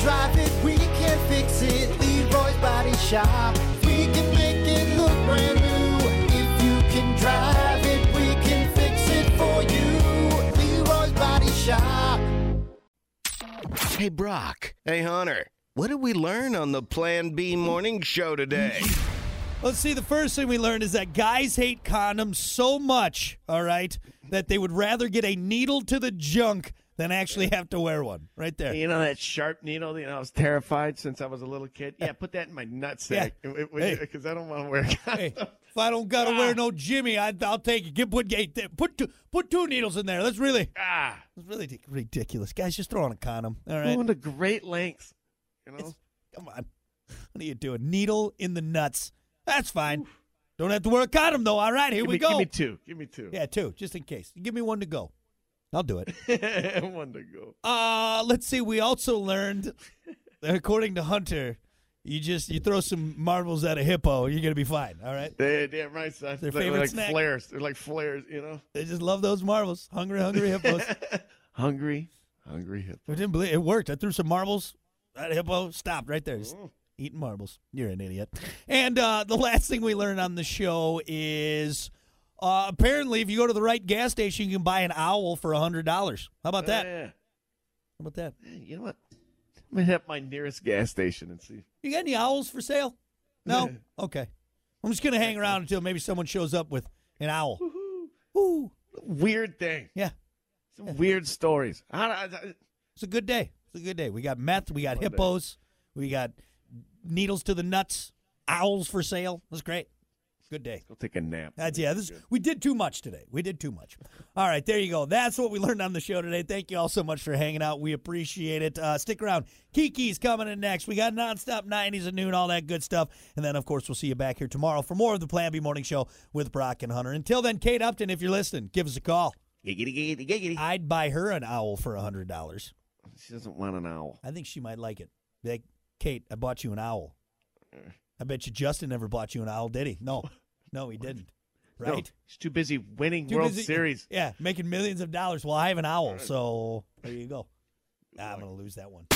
drive it, we can fix it. Leroy's Body Shop. We can make it look brand new. If you can drive it, we can fix it for you. Leroy's Body Shop. Hey, Brock. Hey, Hunter. What did we learn on the Plan B morning show today? Let's see. The first thing we learned is that guys hate condoms so much, all right, that they would rather get a needle to the junk than actually have to wear one. Right there. You know that sharp needle? You know, I was terrified since I was a little kid. Yeah, put that in my nutsack Yeah. Hey. because I don't want to wear. Hey, if I don't gotta Ah. wear no Jimmy, I, I'll take it. Get put gate. Put two. Put two needles in there. That's really. Ah, That's really di- ridiculous, guys. Just throw on a condom. All right. going to great lengths. You know, Come on. What are you doing? Needle in the nuts. That's fine. Don't have to wear a condom though. All right, here give, we me, go. give me two. Give me two. Yeah, two, just in case. Give me one to go. I'll do it. One to go. Uh, let's see. We also learned, that according to Hunter, you just you throw some marbles at a hippo, you're gonna be fine. All right. They damn right, son. Their They're favorite like snack. flares. They're like flares. You know, They just love those marbles. Hungry, hungry hippos. hungry, hungry hip. I didn't believe it worked. I threw some marbles. That hippo stopped right there. Just eating marbles. You're an idiot. And uh, the last thing we learned on the show is uh, apparently if you go to the right gas station, you can buy an owl for hundred dollars. How about that? How Yeah. about that? Hey, You know what? I'm gonna hit up my nearest gas station and see. You got any owls for sale? No? Okay. I'm just going to hang around until maybe someone shows up with an owl. Woo. Weird thing. Yeah. Some weird stories. I, I, I- It's a good day. It's a good day. We got meth. We got hippos. We got needles to the nuts. Owls for sale. That's great. Good day. I'll take a nap. That's yeah. This we did too much today. We did too much. All right, there you go. That's what we learned on the show today. Thank you all so much for hanging out. We appreciate it. Uh, stick around. Kiki's coming in next. We got nonstop '90s and noon, all that good stuff. And then, of course, we'll see you back here tomorrow for more of the Plan B Morning Show with Brock and Hunter. Until then, Kate Upton, if you're listening, give us a call. Giggity, giggity, giggity. I'd buy her an owl for hundred dollars. She doesn't want an owl. I think she might like it. Be Like, Kate, I bought you an owl. I bet you Justin never bought you an owl, did he? No, no, he didn't. No, Right. she's too busy winning Too World busy- Series. Yeah, making millions of dollars. Well, I have an owl, so there you go. Ah, I'm gonna lose that one.